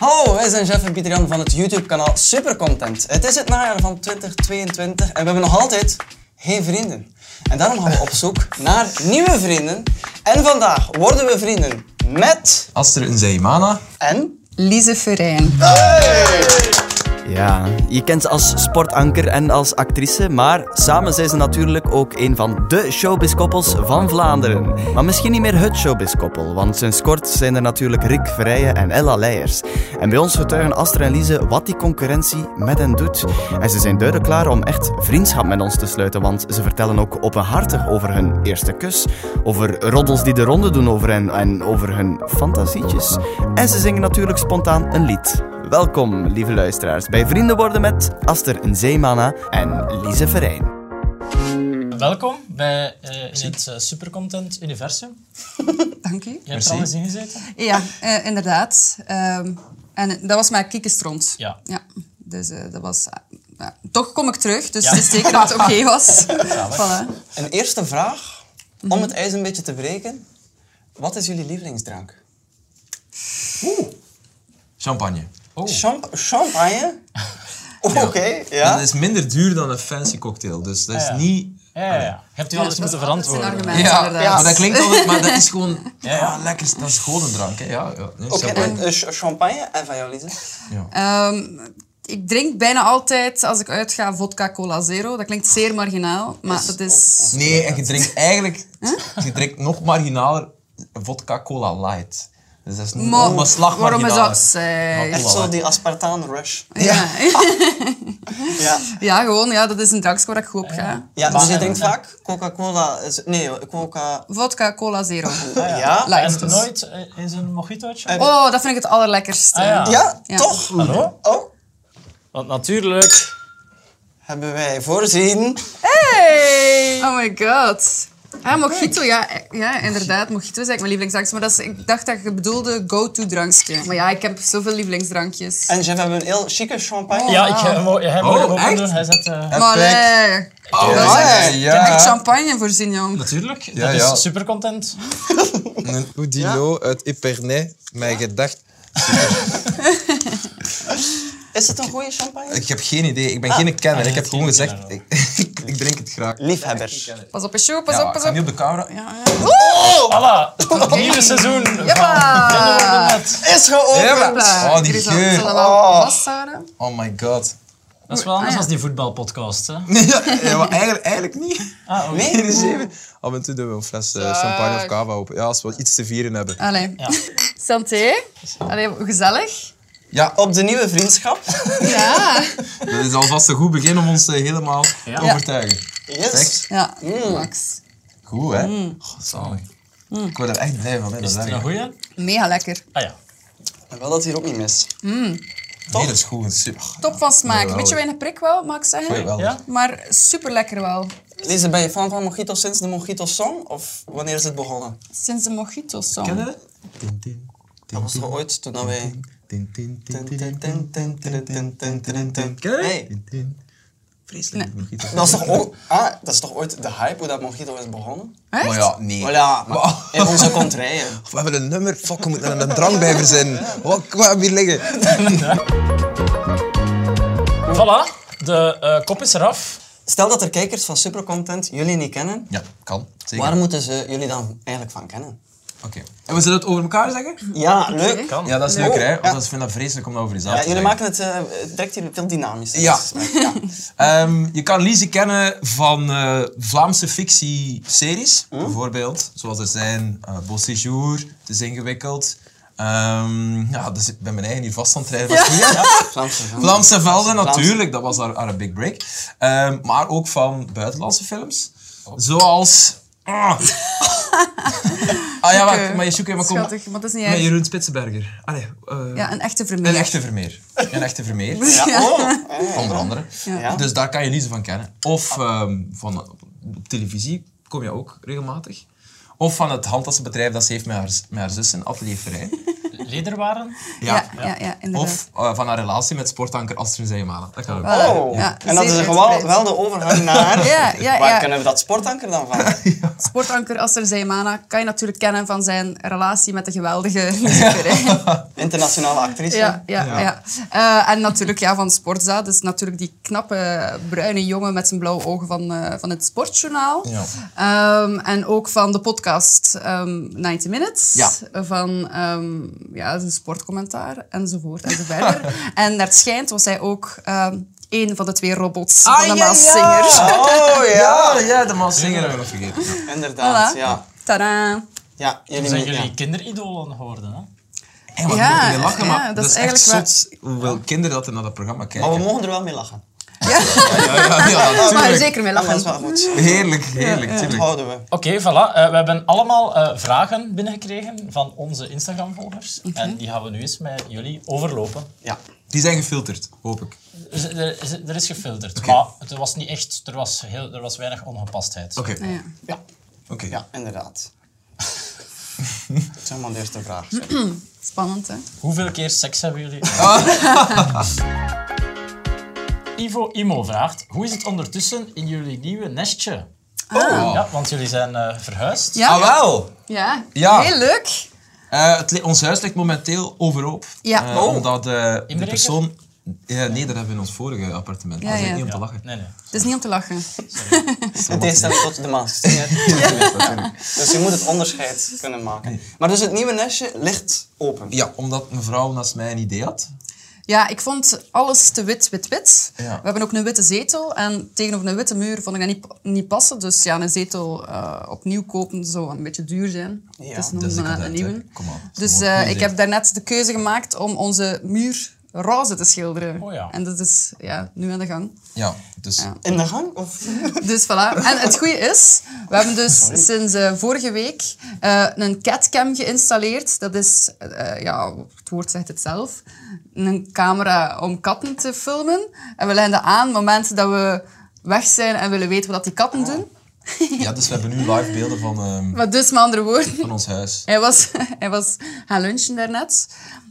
Hallo, wij zijn Jeff en Pieter Jan van het YouTube-kanaal Supercontent. Het is het najaar van 2022 en we hebben nog altijd geen vrienden. En daarom gaan we op zoek naar nieuwe vrienden. En vandaag worden we vrienden met Aster Nzeimana. en Lise Furijn. Oh! Ja, je kent ze als sportanker en als actrice, maar samen zijn ze natuurlijk ook een van de showbizkoppels van Vlaanderen. Maar misschien niet meer het showbizkoppel, want sinds kort zijn er natuurlijk Rick Verrijen en Ella Leijers. En bij ons getuigen Aster en Lise wat die concurrentie met hen doet. En ze zijn duidelijk klaar om echt vriendschap met ons te sluiten, want ze vertellen ook openhartig over hun eerste kus, over roddels die de ronde doen over hen en over hun fantasietjes. En ze zingen natuurlijk spontaan een lied. Welkom, lieve luisteraars, bij Vrienden worden met Aster en Zeemana en Lise Verijn. Welkom bij eh, in het eh, Supercontent Universum. Dank u. Je hebt er al eens in gezeten. Ja, eh, inderdaad. Ehm, en dat was mijn kiekenstront. Ja. ja. Dus eh, dat was... ja, toch kom ik terug, dus Ja. het is zeker dat het oké was. Voilà. een eerste vraag om het ijs een beetje te breken. Wat is jullie lievelingsdrank? Champagne. Champ- champagne? Oké, Dat ja. is minder duur dan een fancy cocktail, dus dat is Ja. niet... Ja, ja, ja. Je hebt die wel eens Dat is moeten altijd zijn verantwoorden. argument, inderdaad. maar dat klinkt altijd, maar dat is gewoon... Ja, lekker, dat is gewoon een drank, hè. Ja, ja, nee, Oké, champagne. en, eh, ch- champagne en van jou, Lise? Ehm, ik drink bijna altijd, als ik uitga, vodka cola zero. Dat klinkt zeer marginaal, maar dat is... Nee, en je drinkt eigenlijk... Je drinkt nog marginaler vodka cola light. Dus dat is nog Maar een slag waarom is dat Ja, zij? Echt zo die aspartaan-rush. Ja. Ja. ja, gewoon, ja, dat is een drankje waar ik goed op ga. Ja, dus je Maar- drinkt vaak Coca-Cola... is- Nee, Coca... Vodka cola zero. Ah, Ja? Light En dus. nooit eh, in zo'n mojitootje. Oh, dat vind ik het allerlekkerste. Ah, ja. Ja, Ja. toch? Hallo? Oh, Want natuurlijk, hebben wij voorzien. Oh my god. Ah, mojito, ja, eh, ja, inderdaad. Mojito is eigenlijk mijn lievelingsdrankje. Maar dat is, ik dacht dat je bedoelde go-to-drankje. Maar ja, ik heb zoveel lievelingsdrankjes. En Jeff hebben een heel chique champagne. Ja, ik eh, mo- hij mag Oh, hem ook echt? doen. Hij zet, eh, maar perfect. nee. Oh, Dat is ja, echt- ja. Ik heb echt champagne voorzien, jong. Natuurlijk, Ja, dat ja. is supercontent. Een oudilo uit Epernay, mijn gedacht... Is het een goede champagne? Ik heb geen idee, ik ben geen kenner. Ik heb gewoon geen gezegd, ik, ik drink het graag. Liefhebbers. Pas op je show, pas Ja, op, ik pas ga niet op. op de camera. Voilà, het nieuwe seizoen van Vrienden worden Hoppa. met. Is geopend! Ja, maar- Hopla. Oh, die Ik zal- geur. zal dat wel vasthouden. Oh my god. Dat is wel anders Ah, ja. dan die voetbalpodcast. Hè? Ja, ja, maar eigenlijk, eigenlijk niet. Ah, oké. Nee? Af en toe doen we een fles eh, champagne of cava open. Ja, als we iets te vieren hebben. Allee. Santé. Allee, gezellig. Ja, Op de nieuwe vriendschap. Ja. dat is alvast een goed begin om ons eh, helemaal te overtuigen. Yes. Seks. Ja, Mm. max. Goed, hè? Oh, zalig. Ik word er echt blij van, hè. Dat is, Is het nou erg. een goeie? Mega lekker. Ah ja. En wel dat hier ook niet mis. Nee, dat is goed. Dat is super. Oh, Top van smaak. Jawel. Beetje weinig prik wel, mag ik zeggen. geweldig. Ja? Maar super lekker wel. Lise, ben je fan van Mojito sinds de Mojito Song? Of wanneer is het begonnen? Sinds de mojito song. Ken je dat? Tin, tin, Dat was toch ooit toen dat wij... tin, tin, tin, tin, tin, tin, tin, tin, tin, tin, tin, tin. Ken je dat? Hey. Tin, tin. Vreselijk. nog iets. Dat was toch ook... Ah, dat is toch ooit de hype hoe dat Mojito is begonnen? Echt? Maar Oh ja, nee. Voilà, maar in onze contraien. We hebben een nummer. Fuck, we moeten een drank bij verzinnen. Wat, wat hebben we hier liggen? Voilà, de eh, kop is eraf. Stel dat er kijkers van Supercontent jullie niet kennen. Ja, kan. Zeker. Waar moeten ze jullie dan eigenlijk van kennen? Oké. En we zullen het over elkaar zeggen? Ja, leuk. Kan. Ja, dat is leuker, hè? Ja. Want ik vind dat vreselijk om dat over jezelf Ja, te jullie zeggen. maken het eh, direct hier veel dynamischer. Ja. ja. Ehm, je kan Lise kennen van eh, Vlaamse fictieseries, bijvoorbeeld. Zoals er zijn eh Beau Séjour, Het is ingewikkeld. Ehm, ja, dus ik ben mijn eigen hier vast aan het rijden. Ja. Vlaamse film. Vlaamse velden, natuurlijk. Dat was haar, haar big break. Ehm, maar ook van buitenlandse films. Zoals... Ah, ah ja, maar, maar je zoekt even... Schattig, maar dat is niet Met erg. Jeroen Spitsenberger. Allee, eh, Ja, een echte vermeer. Een echte Vermeer. Een echte Vermeer. Ja. Ja, oh. Onder andere. Ja. Dus daar kan je Lise van kennen. Of ehm, van, op televisie kom je ook regelmatig. Of van het handtassenbedrijf dat ze heeft met haar, met haar zus in Atelier Verijn. lederwaren. Ja, ja, ja, inderdaad. Of eh, van haar relatie met sportanker Astrid Zeemalen. Dat kan ook. Voilà. Oh, Ja, en dat zeer is er wel, uitgebreid. wel de overgang naar... Ja, ja, Waar ja. kunnen we dat sportanker dan van? Sportanker Aster Zeymana kan je natuurlijk kennen van zijn relatie met de geweldige Lucifer. hè. Internationale actrice. Ja, ja, Ja. ja. Eh, en natuurlijk ja, van Sportza. Dus natuurlijk die knappe bruine jongen met zijn blauwe ogen van, eh, van het Sportjournaal. Ja. Ehm, en ook van de podcast ehm 90 Minutes. Ja. Van ehm ja, zijn sportcommentaar enzovoort enzovoort. en naar het schijnt was hij ook ehm een van de twee robots Ah, van de ja, Maas ja. Singer. Oh ja, Ja, ja, de man zingen hebben we nog vergeten. inderdaad. Voilà. Ja. Oh, Tadaa. Ja, Toen jullie zijn moeten- jullie kinderidolen geworden, hè? Hey, wat Ja, moeten we lachen, maar ja, dat, is echt eigenlijk zot hoeveel kinderen dat er naar dat programma kijken. Maar we mogen er wel mee lachen. ja, ja, ja, Maar natuurlijk. zeker mee Ja, maar dat is lachen. wel goed. Heerlijk, heerlijk, Dat tuurlijk. houden we. Oké, voilà. Eh, we hebben allemaal eh, vragen binnengekregen van onze Instagram-volgers. En die gaan we nu eens met jullie overlopen. Ja. Die zijn gefilterd, hoop ik. Er, er, is- er is gefilterd, maar het was niet echt... Er was, heel, er was weinig ongepastheid. Oké, Ja. Ja. oké. Ja, inderdaad. zeg maar de eerste vraag. zeg. Spannend, hè? Hoeveel keer seks hebben jullie? Oh. Ivo Imo vraagt, hoe is het ondertussen in jullie nieuwe nestje? Oh. Ja, want jullie zijn eh, verhuisd. Ah. Ja. Ah, wel. Ja. Ja. Heel leuk. Eh, het li- ons huis ligt momenteel overhoop. Ja. Eh, Oh. Omdat eh, de Inbreker? persoon... Eh, nee, dat hebben we in ons vorige appartement. Ja, dat is ja. niet om te Ja. lachen. Nee, nee. Het is niet om te lachen. In tegenstelling tot de maas. Dus je moet het onderscheid kunnen maken. Maar dus het nieuwe nestje ligt open. Ja, omdat mevrouw naast mij een idee had. Ja, ik vond alles te wit, wit, wit. Ja. We hebben ook een witte zetel. En tegenover een witte muur vond ik dat niet, niet passen. Dus ja, een zetel eh, opnieuw kopen zou een beetje duur zijn. Ja, het is dat is nog een, decadent, een hè. nieuwe. Kom aan. Dus Mooi, eh, mooi ik zetel. heb daarnet de keuze gemaakt om onze muur roze te schilderen. Oh ja. En dat is ja, nu aan de gang. Ja, dus... In de gang? Of? Dus voilà. En het goede is, we hebben dus sinds eh, vorige week eh, een catcam geïnstalleerd. Dat is, eh, ja, het woord zegt het zelf, een camera om katten te filmen. En we leggen dat aan op het moment dat we weg zijn en willen weten wat die katten doen. Ja, dus we hebben nu live beelden van, ehm, Maar dus, met andere woorden, van ons huis. hij was, hij was gaan lunchen daarnet.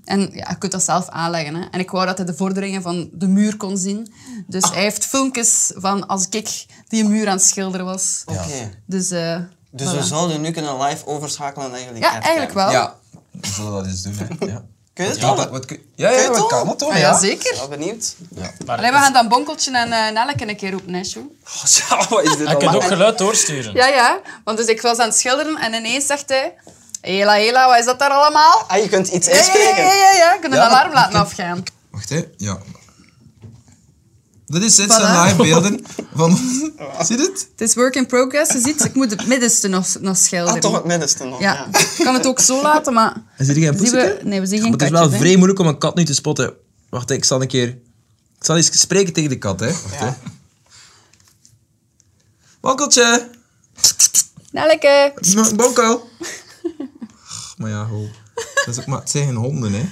En ja, je kunt dat zelf aanleggen. Hè. En ik wou dat hij de vorderingen van de muur kon zien. Dus hij heeft filmpjes van als ik die muur aan het schilderen was. Oké. Dus, eh, Dus voilà. we zouden nu kunnen live overschakelen naar jullie Ja, webcam. eigenlijk wel. Ja, we zullen dat eens doen. Hè. Ja. Kun je het Ja, al? wat, wat kun- ja, ja, Kun je wat het kan al? dat toch? Ah, ja, zeker. Wel benieuwd. Maar Allee, we gaan dan Bonkeltje en eh Nelleke een keer roepen, hè, Sjoe? Ja, wat is dit je kunt allemaal? ook geluid doorsturen. Ja, ja. Want dus ik was aan het schilderen en ineens zegt hij... Hela, hela, wat is dat daar allemaal? Ah, je kunt iets Ja, ja, ja, ja, inspreken. ja, ja. Ik kan een Ja, dat- alarm laten dat- afgaan. Wacht, hè. Ja. Dit is dit Voilà. zijn live beelden van... Zie je dit? Het is work in progress. Je ziet, ik moet het middenste nog, nog schilderen. Ah, toch het middenste nog. Ja. Ik kan het ook zo laten, maar... Is er geen Zien we, nee, we zien geen Maar het is katjes, wel hè. vrij moeilijk om een kat nu te spotten. Wacht, hè, ik zal een keer... Ik zal eens spreken tegen de kat, hè. Wacht, hè. Bonkeltje! Nelleke. Het is nog een Bonkel! maar ja, ho. Dat is ook maar... Het zijn geen honden, hè.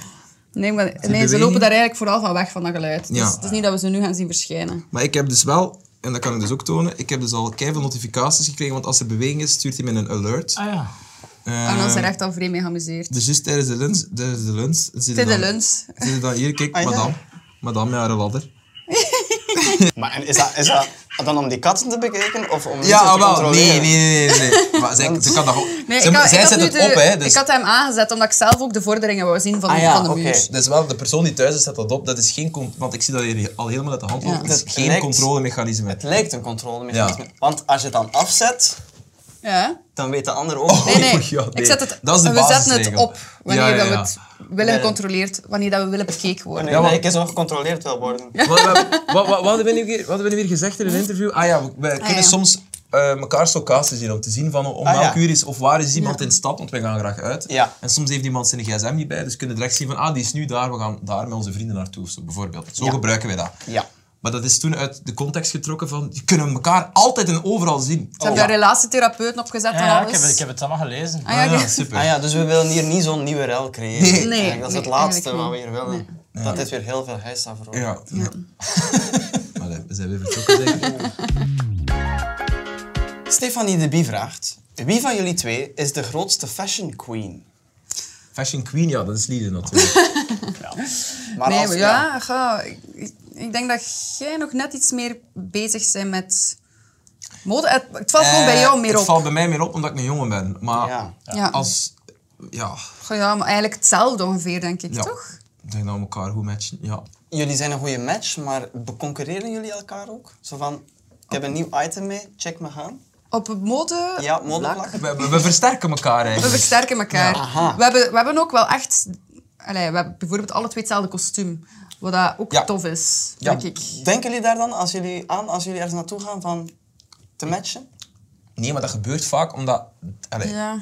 Nee, maar, nee, ze beweging? lopen daar eigenlijk vooral van weg, van dat geluid. Dus Ja. het is niet dat we ze nu gaan zien verschijnen. Maar ik heb dus wel... En dat kan ik dus ook tonen. Ik heb dus al keiveel notificaties gekregen, want als er beweging is, stuurt hij me een alert. Ah ja. En dan Ehm, is er echt al vrij mee geamuseerd. Dus juist tijdens de lunch, tijdens de lunch, zit Tijdens de dan- lunch. zit je dan hier, kijk, Ah, ja. madame. Madame met haar ladder. Maar en is, dat, is dat dan om die katten te bekijken of om Ja, ah, mensen te wel. Nee, controleren? nee, nee. nee, nee. Maar zij, ze kan dat ook. Nee, ze- ik had, zij ik had zet nu het de- op, hè. Dus, Ik had hem aangezet omdat ik zelf ook de vorderingen wou zien van, Ah de- ja, van de oké. muur. dus wel, de persoon die thuis is, zet dat op. Dat is geen... con- Want ik zie dat hier al helemaal uit de hand loopt. Ja. dat is Dat geen lijkt- controlemechanisme. Het lijkt een controlemechanisme. Want als je het dan afzet, Ja. dan weet de ander ook. Nee, nee. Oh, ja, nee. Ik zet het, Dat is de we zetten het basisregel. op wanneer Ja, ja, dat we ja. het willen Ja. gecontroleerd, wanneer dat we willen bekeken worden. Ja, maar- maar ik is nog gecontroleerd wil worden. Wat, wat, wat, wat hadden we nu weer, wat hadden we nu weer gezegd in een interview? Ah ja, we, we kunnen ja. soms eh mekaars locaties zien om te zien van om Ah, welk ja. uur is of waar is iemand in stad, want wij gaan graag uit. Ja. En soms heeft iemand zijn gsm niet bij, dus kunnen direct zien van ah, die is nu daar, we gaan daar met onze vrienden naartoe of zo, bijvoorbeeld. Zo gebruiken wij dat. Ja. Maar dat is toen uit de context getrokken van je kunnen elkaar altijd en overal zien. Ze hebben daar relatietherapeuten op gezet Ja, en ja, ik, heb, alles. ik heb het allemaal gelezen. Ah, ja, Ah, ja, ik- super. Ah ja, dus we willen hier niet zo'n nieuwe rel creëren. Nee. Eigenlijk, Nee, dat is nee, het laatste eigenlijk wat we hier willen. Dat dit weer heel veel huis afroopt. Ja. ja. Allee, we zijn weer vertrokken, denk ik. Stefanie de Bie vraagt: Wie van jullie twee is de grootste fashion queen? Fashion Queen, ja, dat is Lieden natuurlijk. Maar nee, als, maar ja, ga, ik, ik- ik denk dat jij nog net iets meer bezig bent met mode. Het, het valt gewoon bij Eh, jou meer Het op. valt bij mij meer op omdat ik een jongen ben. Maar Ja. Ja. als... Ja, Goh, ja, maar eigenlijk hetzelfde ongeveer, denk ik, ja. toch? Ik denk dat we elkaar goed matchen. Ja. Jullie zijn een goede match, maar beconcurreren jullie elkaar ook? Zo van, ik heb een nieuw item mee, check me aan. Op het mode... Ja, modelvlak. We, we- we versterken elkaar We eigenlijk. versterken elkaar. Aha. We, hebben, we hebben ook wel echt... Allee, we hebben bijvoorbeeld alle twee hetzelfde kostuum. Wat dat ook Ja. tof is, Ja. denk ik. Denken jullie daar dan als jullie aan, als jullie ergens naartoe gaan, van te matchen? Nee, maar dat gebeurt vaak omdat... Allee, Ja.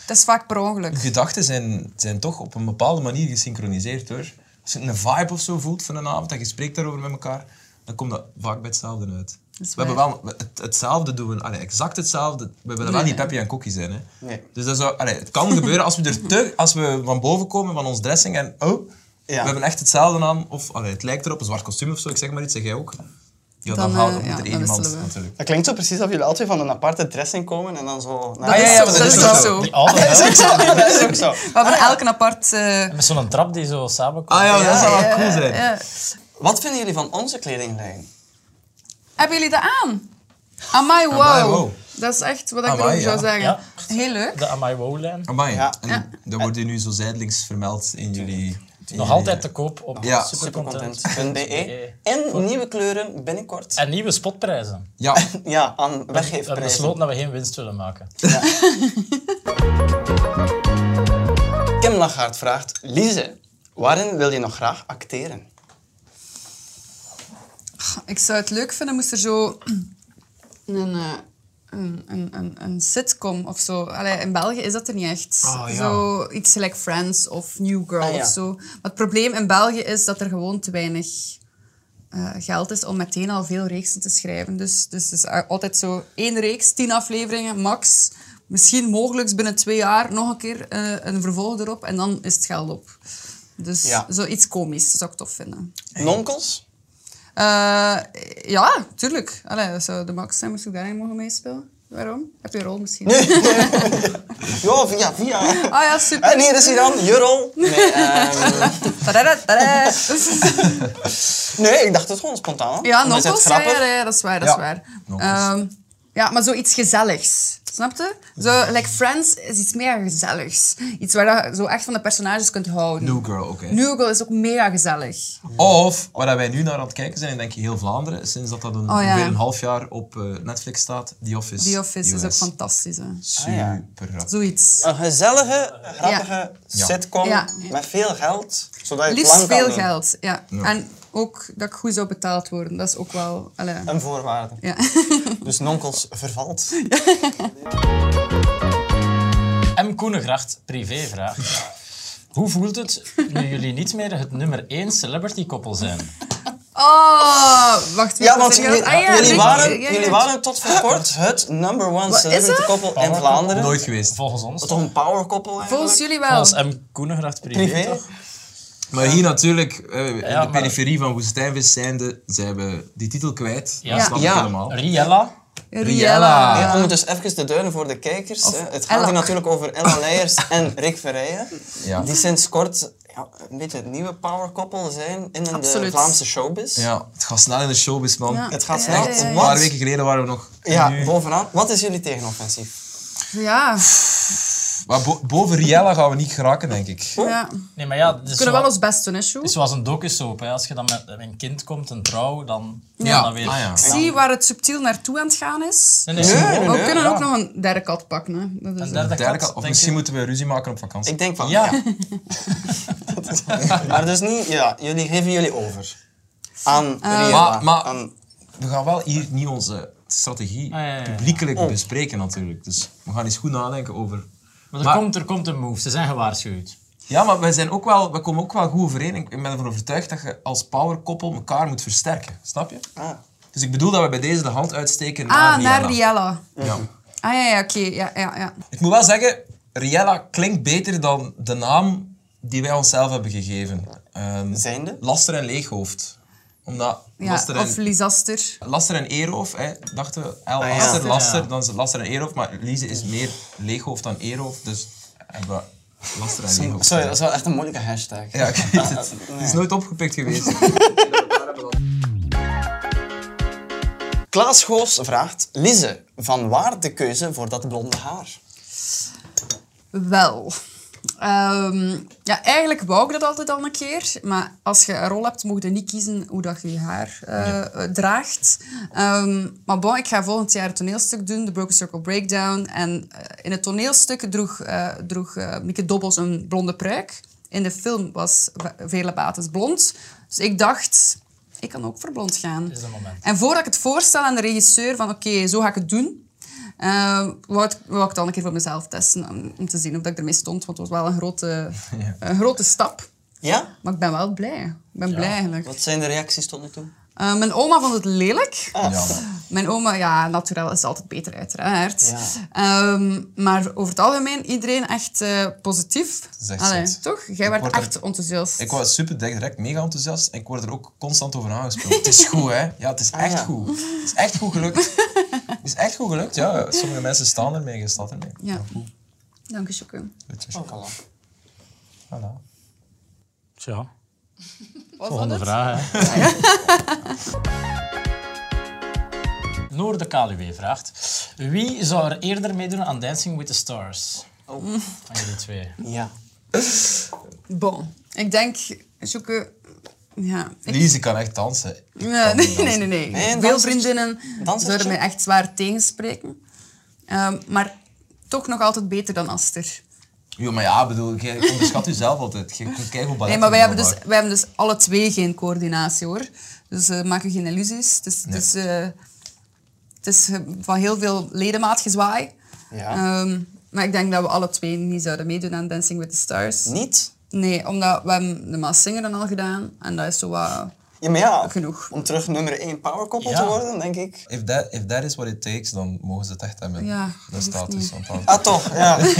Het is vaak per ongeluk. Gedachten zijn, zijn toch op een bepaalde manier gesynchroniseerd hoor. Als je een vibe of zo voelt van een avond en je spreekt daarover met elkaar, dan komt dat vaak bij hetzelfde uit. is We hebben wel we- het, hetzelfde doen, we- allee, exact hetzelfde. We willen wel niet Peppy en Cookie zijn. Hè. Nee. Dus dat zou, allee, het kan gebeuren als we, er te, als we van boven komen van ons dressing en oh, Ja. we hebben echt hetzelfde aan. Of allee, het lijkt erop, een zwart kostuum of zo, ik zeg maar iets, zeg jij ook. Ja, dan, Dan, haalt- eh, moet ja, er één dan iemand wisselen we. natuurlijk. Dat klinkt zo precies of jullie altijd van een aparte dressing komen en dan zo... naar- Dat ja, is ja, zo- maar dat is ook wel zo. Ah, zo. Die oude Dat is huis. ook zo, ja, dat is ook zo. We hebben elk een apart... eh, Met zo'n trap die zo samenkomt. Ah ja, dat zou wel ja, cool zijn. ja. Wat vinden jullie van onze kledinglijn? Hebben jullie dat aan? Amai, wow. Amai, wow. Dat is echt wat ik Amai, erover zou ja. zeggen. Ja. Heel leuk. De Amai Wow-lijn. Amai, Ja. en dat wordt hier nu zo zijdelings vermeld in jullie... in Nog jullie- altijd te koop op Ja. Supercontent.be. E. En nieuwe kleuren binnenkort. E. En nieuwe spotprijzen. Ja, Ja, aan We hebben weggeefprijzen. besloten dat we geen winst willen maken. Kim Lachaert vraagt, Lize, waarin wil je nog graag acteren? Ik zou het leuk vinden moest er zo een, eh, een, een, een, een sitcom of zo... Allee, in België is dat er niet echt. Ah, ja. Zo iets like Friends of New Girl Ah, ja. of zo. Maar het probleem in België is dat er gewoon te weinig... eh, geld is om meteen al veel reeksen te schrijven. Dus, dus het is altijd zo één reeks, tien afleveringen, max. Misschien mogelijk binnen twee jaar nog een keer eh, een vervolg erop en dan is het geld op. Dus Ja. zoiets komisch zou ik tof vinden. Nonkels? Eh, ja, tuurlijk. Allee, dat zou de max zijn, moest ik daarin mogen meespelen. Waarom? Heb je een rol misschien? Ja, via, via. Ah ja, super. En hier Eh, is hij dan, Jurol. Nee, ehm, Tadada, tada. nee, ik dacht het gewoon spontaan. Ja, Omdat je het nokkels. Ja, grappig- ja, ja, dat is waar, dat is Ja, waar. nokkels. Ehm, ja, maar zoiets gezelligs. Snap je? Zo, like Friends is iets meer gezelligs. Iets waar je zo echt van de personages kunt houden. New Girl, oké. New Girl is ook mega gezellig. Of, waar wij nu naar aan het kijken zijn, en denk ik heel Vlaanderen, sinds dat dat een, Oh, ja. ongeveer een half jaar op eh, Netflix staat, The Office. The Office is ook US. fantastisch. Hè. Super rap. Zoiets. Een gezellige, grappige sitcom Ja. met veel geld, zodat je het Liefst lang kan veel doen. geld. Ja. En ook dat ik goed zou betaald worden. Dat is ook wel... allee, Een voorwaarde. Ja. Dus nonkels vervalt. M. Koenegracht, privévraag. Hoe voelt het nu jullie niet meer het nummer 1 celebrity koppel zijn? Oh, wacht. wie Ja, was want er jullie, geweest? Ah, ja, jullie, Rick- waren, ja, ja. jullie waren tot voor kort het number one Wat is celebrity dat? koppel in Vlaanderen. Nooit geweest. Volgens ons. Toch een power koppel eigenlijk? Volgens jullie wel. Volgens M. Koenegracht, privé, Privé? toch? Maar hier natuurlijk, eh, in Ja, de maar- periferie van Woestijnvis zijnde, zijn we die titel kwijt. Ja. Dat snap ik Ja. helemaal. Riella. Riella. Ja, om het dus even te duiden voor de kijkers. hè. Het gaat hier Ella. natuurlijk over Ella Leijers en Rick Verrijen. Ja. Die sinds kort ja, een beetje het nieuwe powerkoppel zijn in de Absoluut. Vlaamse showbiz. Ja, het gaat snel in de showbiz, man. Ja. Het gaat Ja, snel. ja, ja, ja. Een Wat? paar weken geleden waren we nog... Ja, Nu- bovenaan. Wat is jullie tegenoffensief? Ja. maar bo- boven Riella gaan we niet geraken, denk ik. ja. Nee, maar ja, het is, We kunnen wel zoals- ons best doen, hè, het is Sjoe? zoals een docusoap. Hè. Als je dan met met een kind komt, een trouw, dan, Ja. dan weer... Ah, ja. Zie waar het subtiel naartoe aan het gaan is. Nee, nee, Nee, Maar nee, we nee. kunnen ja. ook nog een derde kat pakken. Hè. Dat is Een derde kat, Derde kant- of denk misschien ik. moeten we ruzie maken op vakantie. Ik denk van ja. Ja. Maar dus niet, ja, jullie geven jullie over. Aan Riella. Maar, maar aan- we gaan wel hier niet onze strategie Ah, ja, ja, ja. publiekelijk Oh. bespreken natuurlijk. Dus we gaan eens goed nadenken over... Maar er, Maar- Komt, er komt een move. Ze zijn gewaarschuwd. Ja, maar wij, zijn ook wel, wij komen ook wel goed overeen. Ik ben ervan overtuigd dat je als powerkoppel elkaar moet versterken. Snap je? ah. Dus ik bedoel dat we bij deze de hand uitsteken naar Ah, Riella. naar Riella. Ja. Ah ja, ja oké. Ja, ja, ja. Ik moet wel zeggen, Riella klinkt beter dan de naam die wij onszelf hebben gegeven. Ehm, Zijnde? Laster en Leeghoofd. Omdat Ja, Laster en Of Lisaster. Laster en Eerhoofd, hè, dachten we. L, Ah, ja. Laster, Ja. Laster, dan is het Laster en Eerhoofd. Maar Lise is meer leeghoofd dan Eerhoofd, dus hebben we Lastig aan die Sorry, hoofd. dat is wel echt een moeilijke hashtag. Ja, ik weet het. Het is nooit opgepikt geweest. Klaas Goos vraagt, Lise, van waar de keuze voor dat blonde haar? Wel. Ehm, ja, eigenlijk wou ik dat altijd al een keer. Maar als je een rol hebt, mocht je niet kiezen hoe dat je je haar eh, eh, draagt. Ehm, maar bon, ik ga volgend jaar het toneelstuk doen, de Broken Circle Breakdown. En eh, in het toneelstuk droeg, eh droeg eh, Mieke Dobbels een blonde pruik. In de film was Va- Vele Bates blond. Dus ik dacht, ik kan ook voor blond gaan. is het moment. En voordat ik het voorstel aan de regisseur van oké, zo ga ik het doen, eh, wou, ik, wou ik het al een keer voor mezelf testen om, om te zien of dat ik ermee stond. Want het was wel een grote, een grote stap. Ja? Maar ik ben wel blij. Ik ben blij eigenlijk. Wat zijn de reacties tot nu toe? Eh, mijn oma vond het lelijk. Jammer. Mijn oma, ja, naturel is altijd beter uiteraard. Ja. Ehm, maar over het algemeen, iedereen echt eh, positief. is echt Allee, zot. toch? Ik Jij werd word er- echt enthousiast. Ik was super direct mega enthousiast en ik word er ook constant over aangesproken. het is goed, hè? Ja, het is echt Ah, ja. goed. Het is echt goed gelukt. Het is echt goed gelukt, ja. Sommige mensen staan ermee, je staat ermee. Ja. Dank je, Sjoeke. Goed, dus. Ook al lang. Voilà. Tja, Wat vond volgende het? vraag. Hè. Noor de Kaluwe vraagt: Wie zou er eerder meedoen aan Dancing with the Stars? Oh. Van jullie twee. Ja. Bon. Ik denk, Sjoeke... Ja, ik Lise kan echt dansen. Ik Nee, kan niet nee, dansen. nee, nee, nee. Nee, een Veel dansertje- vriendinnen dansertje? zouden mij echt zwaar tegenspreken. Ehm, maar toch nog altijd beter dan Aster. Jo, maar ja, bedoel, je onderschat jezelf altijd. Je kunt kijken op ballet. Nee, maar wij doen, hebben, dus, wij hebben dus alle twee geen coördinatie hoor. Dus eh, maak u geen illusies. Het is, het is, eh, het is eh, van heel veel ledemaat gezwaai. Ja. Ehm, maar ik denk dat we alle twee niet zouden meedoen aan Dancing with the Stars. Niet? Nee, omdat we hebben de Maas Singer dan al gedaan. En dat is zo wat... Ja, maar ja. Genoeg. Om terug nummer 1 powerkoppel Ja. te worden, denk ik. If that, if that is what it takes, dan mogen ze het echt hebben. Ja, dat hoeft staat dus. niet. Want dan- Ah, toch? Ja. ah, ja.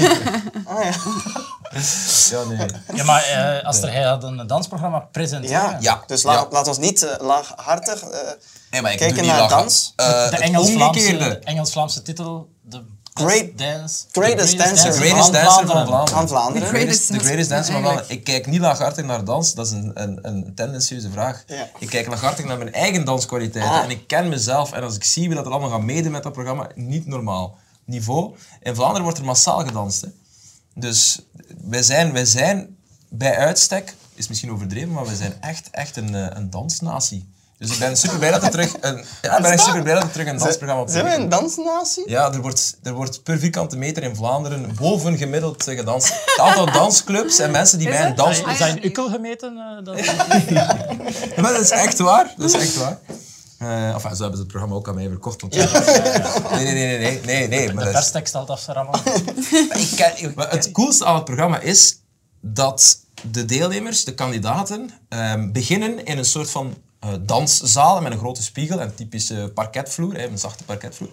Ja, nee. Ja, maar eh Aster, hij had een dansprogramma presenteren. Ja. Ja. Dus la- Ja. laat ons niet eh, laaghartig... eh, Nee, maar ik Kijken doe niet naar lachen. dans. Eh, De het Engels-Vlaamse omgekeerde. de Engels-Vlaamse titel: The Great- Great Dance. the Greatest Dancer. The greatest dancer van Vlaanderen. Van Vlaanderen. The greatest, Greatest- the greatest dancer van Ja, Vlaanderen. Ik kijk niet laaghartig naar dans, dat is een, een, een tendentieuze vraag. Ja. Ik kijk laaghartig naar mijn eigen danskwaliteit. Ah. En ik ken mezelf. En als ik zie wie dat er allemaal gaat meedoen met dat programma, niet normaal. Niveau. In Vlaanderen wordt er massaal gedanst. Hè. Dus wij zijn, wij zijn bij uitstek, is misschien overdreven, maar wij zijn echt, echt een, eh, een dansnatie. Dus ik ben super blij dat er terug een, ja, ik ben echt super blij dat er terug een dansprogramma op Zijn we tv een dansnatie? ja, er wordt, er wordt per vierkante meter in Vlaanderen boven gemiddeld eh, gedanst. Het aantal dansclubs en mensen die bij een het? dans... Ah, ja. Is dat in Ukkel gemeten? eh, dat... Ja, maar dat is echt waar. Dat is echt waar. Eh enfin, zo hebben ze het programma ook aan mij verkocht. want- Nee, nee, nee, nee, nee, nee. Maar De dat is- perstekst had afgerammen. Ik ken- ik- maar het coolste aan het programma is dat de deelnemers, de kandidaten, ehm, beginnen in een soort van eh, danszaal met een grote spiegel en typische parketvloer, hè, een zachte parketvloer.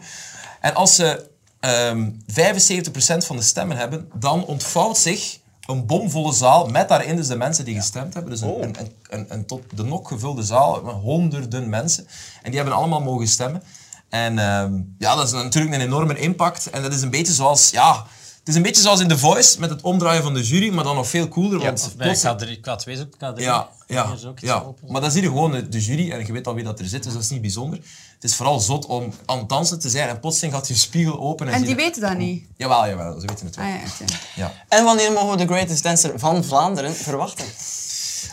En als ze ehm 75% van de stemmen hebben, dan ontvouwt zich een bomvolle zaal met daarin dus de mensen die gestemd hebben. Dus een, een, een, een, een tot de nok gevulde zaal met honderden mensen. En die hebben allemaal mogen stemmen. En ehm, ja, dat is natuurlijk een enorme impact. En dat is een beetje zoals, ja, het is een beetje zoals in The Voice met het omdraaien van de jury, maar dan nog veel cooler. want Of bij plots- K3, K2 ook K3. ja, Hier ja, is ook iets ja. open. maar dan zie je gewoon de, de jury en je weet al wie dat er zit, dus dat is niet bijzonder. Het is vooral zot om aan het dansen te zijn en plotseling gaat je spiegel open. En, En zie die je- weten dat niet. Jawel, jawel, ze weten het wel. Ah, ja, oké. Ja. En wanneer mogen we de Greatest Dancer van Vlaanderen verwachten?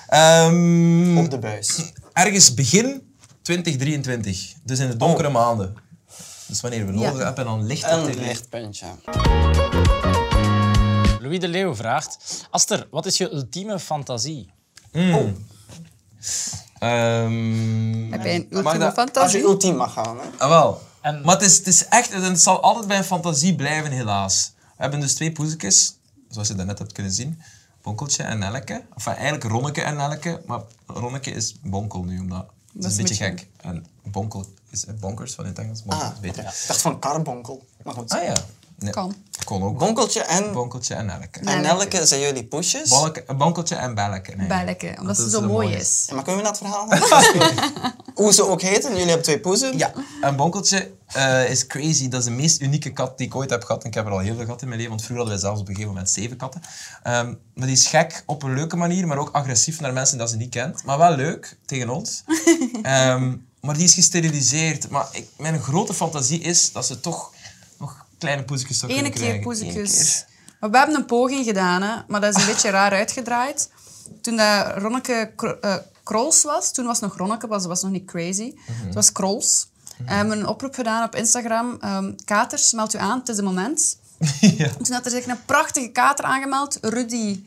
Ehm, Op de buis. ergens begin 2023, dus in de donkere maanden. Dus wanneer we nodig hebben, dan licht Oh. En dat een tegen. lichtpuntje. Louis de Leeuw vraagt: Aster, wat is je ultieme fantasie? Mm. oh. Ehm, Heb jij een Mag ultieme dat- Als je fantasie? ultiem mag gaan, hè? Ah, wel. En- Maar het is, het is echt, en het zal altijd bij een fantasie blijven, helaas. We hebben dus twee poezekjes, zoals je daarnet hebt kunnen zien. Bonkeltje en Nelke. Enfin, eigenlijk Ronneke en Nelke, maar Ronneke is Bonkel nu, omdat het is een beetje gek. En Bonkel is eh, bonkers van in het Engels, bonkel is Ah, beter. Ik dacht van karbonkel. Maar goed. Ah ja. Nee, Kan. Kon ook. Bonkeltje en, Bonkeltje en Nelke. en Nelke. Nelke zijn jullie poesjes. Balk- bonkeltje en Belleke. nee. Bij lekker, omdat Dat ze is zo de mooi mooiste. is. Ja, maar kunnen we dat verhaal? Hoe ze ook heten, jullie hebben twee poezen. Ja, een bonkeltje eh, is crazy. Dat is de meest unieke kat die ik ooit heb gehad. En ik heb er al heel veel gehad in mijn leven, want vroeger hadden wij zelfs op een gegeven moment zeven katten. Ehm, maar die is gek op een leuke manier, maar ook agressief naar mensen dat ze niet kent. Maar wel leuk, tegen ons. Ehm, maar die is gesteriliseerd. Maar ik, mijn grote fantasie is dat ze toch nog kleine poezetjes zou Ene kunnen keer krijgen. Eén keer. poezekus. Maar we hebben een poging gedaan, hè, maar dat is een beetje raar uitgedraaid. Toen dat Ronneke Kro- eh, Krols was, toen was het nog Ronneke, was, was nog niet crazy. Mhm. Het was Krols. We hebben een oproep gedaan op Instagram. ehm, katers, meld u aan, het is het moment. ja. En Toen had er zich een prachtige kater aangemeld, Rudy.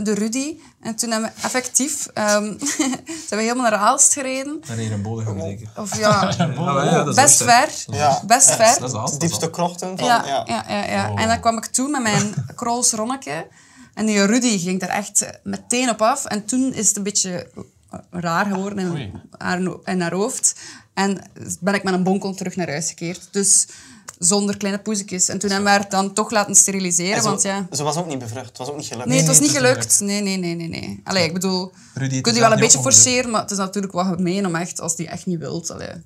De Rudy. En toen hebben we effectief ehm, zijn we helemaal naar Aalst gereden. Dan hier een bode gaan zeker. Of ja, oh, Ah, ja, dat is best ook zo. ver. Ja. Best Ja, Dat is ver. Oh. de De hand. diepste krochten van... Ja, Ja, ja, ja. ja, En dan kwam ik toe met mijn Krols Ronneke. En die Rudy ging daar echt eh, meteen op af. En toen is het een beetje eh, raar geworden Oei. in haar, no- in haar hoofd. En ben ik met een bonkel terug naar huis gekeerd. Dus zonder kleine poezekjes. En toen hebben we haar dan toch laten steriliseren. En Want ze, ja... ze was ook niet bevrucht, het was ook niet gelukt. Nee, het was nee, niet het is niet gelukt. Nee, nee, nee, nee. nee. Allee, ik bedoel... Rudy, het je kunt is die wel een niet beetje opgelost. forceren, maar het is natuurlijk wel gemeen om echt, als die echt niet wilt. Allee. Had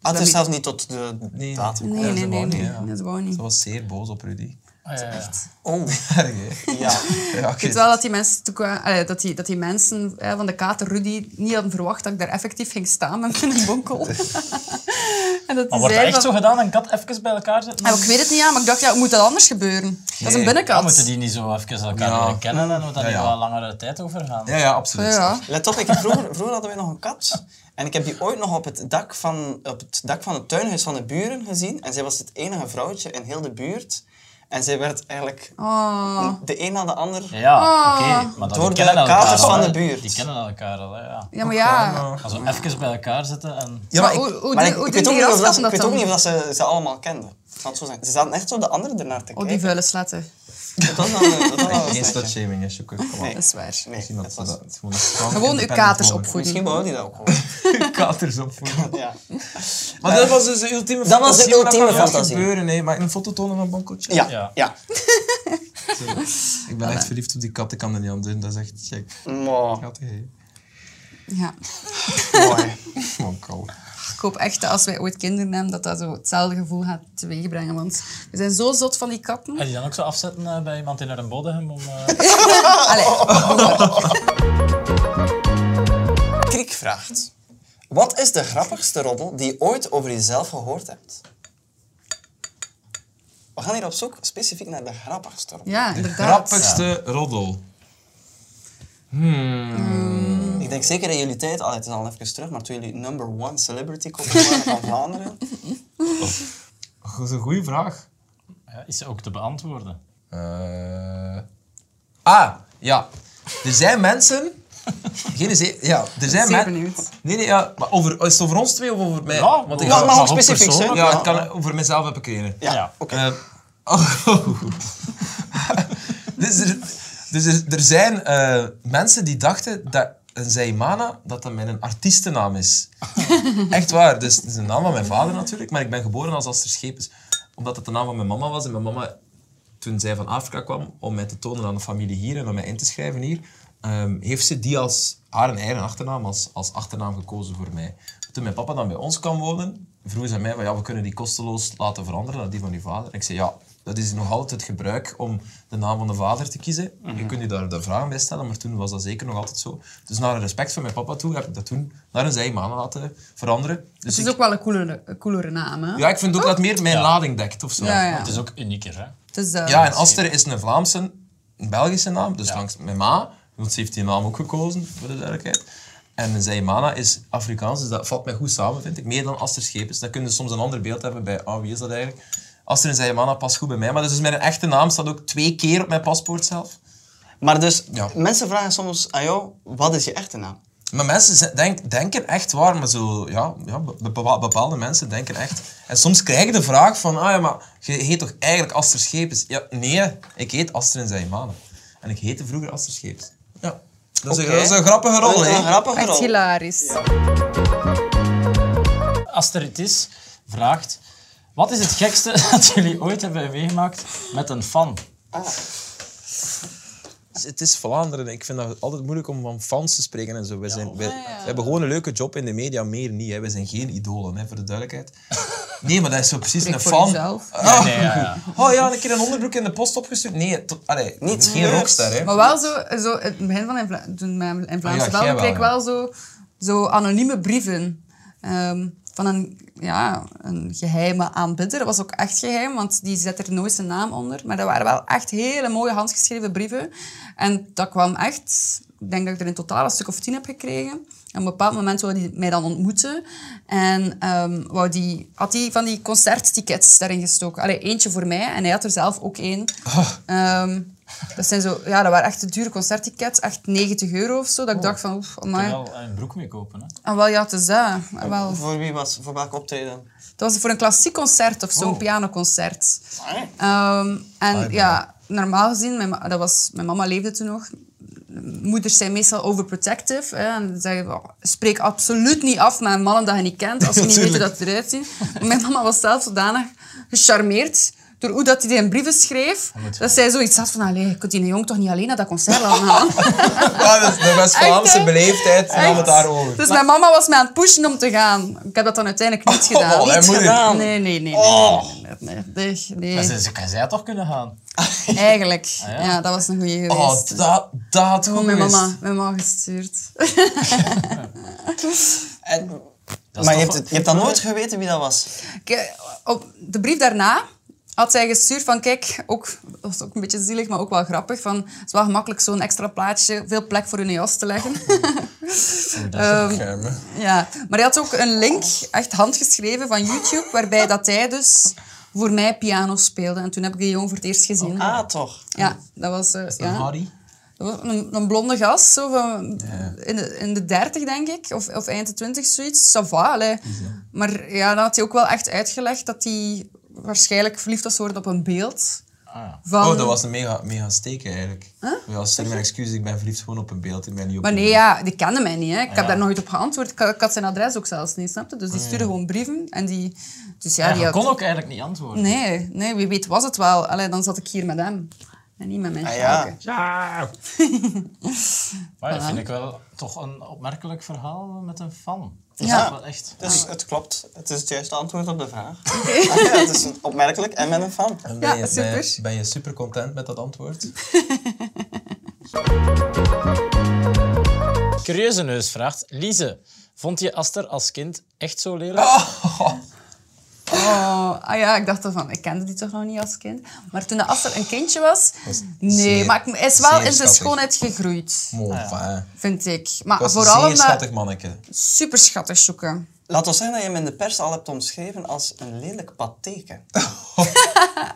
Dat dus is- zelfs niet tot de Nee, datum. Nee, Ja, nee, ze nee, wou nee. niet, ja. Dat wou niet. Ze was zeer boos op Rudy. Ah, ja, ja. Oh, Erg, hè? ja. Ja, oké. Ik weet wel dat die mensen, toe kwa- eh, dat die, dat die mensen eh, van de kater Rudy niet hadden verwacht dat ik daar effectief ging staan met mijn bonkel. en dat die Maar wordt dat zei echt zo van- gedaan, een kat even bij elkaar zetten? Ja, ik weet het niet, ja, maar ik dacht, ja, moet dat anders gebeuren? Dat is Nee. een Dan moeten binnenkat. die niet zo even elkaar Ja. leren kennen en we daar Ja, niet ja. wel langere tijd over gaan. Ja, ja, absoluut. Ja. Let op, ik heb vroeger, vroeger hadden wij nog een kat. En ik heb die ooit nog op het, dak van, op het dak van het tuinhuis van de buren gezien. En zij was het enige vrouwtje in heel de buurt. En zij werd eigenlijk Oh. de een na de ander... Ja, Ah. oké. Maar dan, Door die de kennen elkaar katers al, van hè. de buurt. Die kennen elkaar al, hè, Oh, ja. Ja, maar ja. Ja. Als we even bij elkaar zitten en... Ja, maar maar ik- hoe, hoe, Maar doen- ik, hoe ik doen weet ook die niet of, dat, raskatten ze- ik dat weet ook dan? niet of dat ze ze allemaal kenden. Ik zal het zo zeggen. Ze zaten echt zo de anderen ernaar te Oh, kijken. die vuile sletten. Dat was wel- dat was wel Geen een snackje. slutshaming, hè, Sjoeke. Kom op. Nee. Dat is waar. Nee, Misschien dat het ze was- dat het gewoon een Gewoon uw katers opvoeden. Misschien wou die dat ook gewoon. katers opvoeden. Ja. Maar dat was dus de ultieme Dat was de fantasie, maar ultieme kan nooit fantasie. gebeuren, hè. Mag ik een foto tonen van Bonkeltje? Ja, ja. Ja. Ik ben echt verliefd op die kat, ik kan er niet aan doen. Dat is echt gek. Mooi. Schattig, hè. Ja. Mooi. Gewoon kou. Ik hoop echt dat als wij ooit kinderen hebben, dat dat zo hetzelfde gevoel gaat teweegbrengen. Want we zijn zo zot van die katten. Ga je die dan ook zo afzetten eh, bij iemand in een bodem om... eh, Allee, Kriek vraagt: Wat is de grappigste roddel die je ooit over jezelf gehoord hebt? We gaan hier op zoek specifiek naar de grappigste roddel. ja, De inderdaad. grappigste roddel. Ik denk zeker in jullie tijd, al het is al even terug, maar toen jullie number one celebrity koppel waren van Vlaanderen. Dat is een goede vraag. ja, is ze ook te beantwoorden? Eh, ah, ja. Er zijn mensen... Geen zee... Ja, er zijn Zeer mensen... benieuwd. Nee, nee, ja. Maar over, is het over ons twee of over mij? Ja, Want ja, ik Ja, had- het mag ook specifiek zijn. Ja, het kan over mezelf heb ik een. Ja, Ja. oké. Eh, oh. dus er, dus er, er zijn eh, mensen die dachten dat een Zaimana dat dat mijn artiestennaam is. Echt waar. Dus het is de naam van mijn vader natuurlijk, maar ik ben geboren als Aster Schepens. Omdat dat de naam van mijn mama was. En mijn mama, toen zij van Afrika kwam, om mij te tonen aan de familie hier en om mij in te schrijven hier, ehm, heeft ze die als haar en eigen achternaam, als, als achternaam gekozen voor mij. Toen mijn papa dan bij ons kwam wonen, vroegen ze mij van ja, we kunnen die kosteloos laten veranderen naar die van uw vader. En ik zei ja, dat is nog altijd het gebruik om de naam van de vader te kiezen. Mhm. Je kunt je daar de vragen bij stellen, maar toen was dat zeker nog altijd zo. Dus naar respect voor mijn papa toe heb ik dat toen naar een zijmaan laten veranderen. Dus Het is ik- ook wel een coolere, een coolere naam, hè? ja, ik vind ook dat meer mijn lading dekt of zo. Ja, ja. Het is ook unieker, hè? Het is, eh, Ja, en Aster is een Vlaamse, een Belgische naam, dus langs mijn ma, want ze heeft die naam ook gekozen, voor de duidelijkheid. En Zaimana is Afrikaans, dus dat valt mij goed samen, vind ik. Meer dan Aster Schepens. Dan kun je soms een ander beeld hebben bij, ah, wie is dat eigenlijk? Aster en Zaimana past goed bij mij, maar dat is dus mijn echte naam staat ook twee keer op mijn paspoort zelf. Maar dus, Ja. mensen vragen soms aan jou: wat is je echte naam? Maar mensen ze- denk, denken echt waar, maar zo, ja, ja be- bepa- bepaalde mensen denken echt. En soms krijg je de vraag van, ah ja, maar je heet toch eigenlijk Aster Schepens? Ja, nee, ik heet Aster en Zaimane. En ik heette vroeger Aster Schepens. Ja. Dat is, Oké. een, dat is een grappige rol, Dat is een hè? grappige Echt rol. hilarisch. Asteritis vraagt... Wat is het gekste dat jullie ooit hebben meegemaakt met een fan? het is Vlaanderen. Ik vind dat altijd moeilijk om van fans te spreken en zo. We, zijn, wij- we hebben gewoon een leuke job in de media, meer niet. Hè. We zijn geen idolen, hè, voor de duidelijkheid. Nee, maar dat is zo precies Spreek een voor fan. jezelf. Ah. Nee, ja, ja. Oh ja, een keer een onderbroek in de post opgestuurd. Nee, tot, allee, Niet geen gebeurd. rockstar. Hè. Maar wel zo, zo in het begin van in Vla- toen mijn in Vlaamse jij Belgen wel, kreeg ik Ah ja. wel zo, zo anonieme brieven. ehm, van een, ja, een geheime aanbidder. Dat was ook echt geheim, want die zet er nooit zijn naam onder. Maar dat waren wel echt hele mooie handgeschreven brieven. En dat kwam echt... Ik denk dat ik er in totaal een stuk of tien heb gekregen. En op een bepaald moment wou die mij dan ontmoeten. En ehm, wou die, had hij van die concerttickets daarin gestoken. Allee, eentje voor mij. En hij had er zelf ook één. Ehm, dat, zijn zo, ja, dat waren echt de dure concerttickets. Echt 90 euro of zo. Dat ik dacht van, oef, Je amai. kan wel eh, een broek mee kopen. Hè. En ah, wel, ja, het is dat. En wel. Voor wie was, voor welk optreden? Dat was voor een klassiek concert of zo'n pianoconcert. Amai. Ehm, en ja, normaal gezien, mijn, ma- dat was, mijn mama leefde toen nog. Moeders zijn meestal overprotective. Hè, en zeggen, "Oh, spreek absoluut niet af met mannen dat je niet kent, als ze niet weten dat het eruit ziet. Maar mijn mama was zelf zodanig gecharmeerd door hoe dat hij die in brieven schreef, dat zij zoiets had van, allee, je kunt die jong toch niet alleen naar dat concert laten gaan. Ja, dat is de Echt, West-Vlaamse hè? beleefdheid. We hadden het daarover. Dus mijn mama was mij aan het pushen om te gaan. Ik heb dat dan uiteindelijk niet gedaan. Oh, hè, Niet moeder. gedaan. Nee, nee, nee. Oh. Nee, nee, nee, nee, Maar nee. ze, ze kan zij toch kunnen gaan? Eigenlijk. ja. ja. dat was een goede geweest. Ah, Oh, dat, dat had Gewoon goed mijn geweest. mama, mijn mama gestuurd. En, Dat is maar je hebt, toch het- je hebt dan nooit geweten wie dat was. Ik, eh, op de brief daarna had zij gestuurd van kijk, ook, dat was ook een beetje zielig, maar ook wel grappig, van het is wel gemakkelijk zo'n extra plaatje, veel plek voor hun jas te leggen. Ehm, ja, maar hij had ook een link, echt handgeschreven van YouTube, waarbij dat hij dus voor mij piano speelde. En toen heb ik die jongen voor het eerst gezien. Ah, toch. Ja, dat was... eh, ja. Harry? Een, een blonde gast, zo van in, de, in de 30 denk ik, of, of eind de 20 zoiets. Ça va, allee. Maar ja, dan had hij ook wel echt uitgelegd dat hij waarschijnlijk verliefd was geworden op een beeld. Ah. Van... Oh, dat was een mega, mega steek eigenlijk. Ja, sorry, mijn excuses, ik ben verliefd gewoon op een beeld. Ik ben niet op Maar een nee, ja, die kende mij niet. Hè. Ik heb Ja. daar nooit op geantwoord. Ik, ik had zijn adres ook zelfs niet, snapte? Dus die stuurde gewoon brieven. En die... Dus ja, Ja, die je had... kon ook eigenlijk niet antwoorden. Nee, nee, wie weet was het wel. Allee, dan zat ik hier met hem. En niet met mijn Ah, ja. schaken. Maar dat vind ik wel toch een opmerkelijk verhaal met een fan. Dat Ja. is wel echt... Ah. Dus het klopt. Het is het juiste antwoord op de vraag. Ah, ja, het is opmerkelijk en met een fan. En Ja, ben, je, ben, je, super. ben je super content met dat antwoord? Curieuze neus vraagt, Lize, vond je Aster als kind echt zo lelijk? Oh, ah ja, ik dacht ervan, ik kende die toch nog niet als kind. Maar toen de Aster een kindje was... nee, zeer- maar hij is wel zeer in zijn schattig. schoonheid gegroeid, Mooi, fijn. vind ik. Maar Dat was vooral een zeer omdat... schattig manneke. Super schattig zoeken. Laat ons zeggen dat je hem in de pers al hebt omschreven als een lelijk patheken.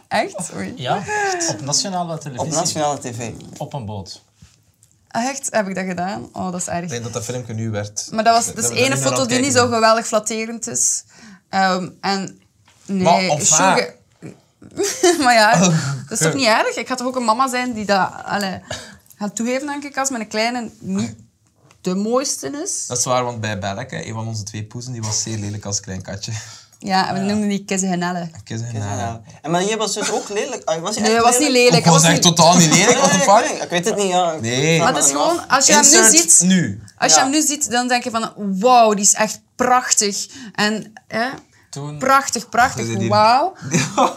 Echt? Oei. Ja, op nationale televisie. Op nationale tv. Op een boot. Ah, Echt? Heb ik dat gedaan? Oh, dat is Ik erg. denk dat dat filmpje nu werd. Maar dat was dus we daar ene nu naar foto aan die het niet zo kijken geweldig flatterend is. Ehm, en nee, Maar of Oh. Sjoege- maar ja, dat is toch niet erg? Ik ga toch ook een mama zijn die dat allee, gaat toegeven, denk ik, als mijn kleine niet de mooiste is. zijn. Dat is waar, want bij Belleke, een van onze twee poezen, die was zeer lelijk als klein katje. Ja, en we noemden die Kizze Henelle. Kies en Ja. En maar je was dus ook lelijk. Ah, Was je Ah. Nee, echt dat was niet Ik lelijk. was dat echt niet- totaal niet lelijk, what the Nee, ik fuck? weet- Ik weet het niet, ja. Nee. Maar het is gewoon, als je hem nu Insert ziet... nu. Als je Ja. hem nu ziet, dan denk je van, wauw, die is echt prachtig. En hè, Toen- prachtig, Is het prachtig, hier? wauw.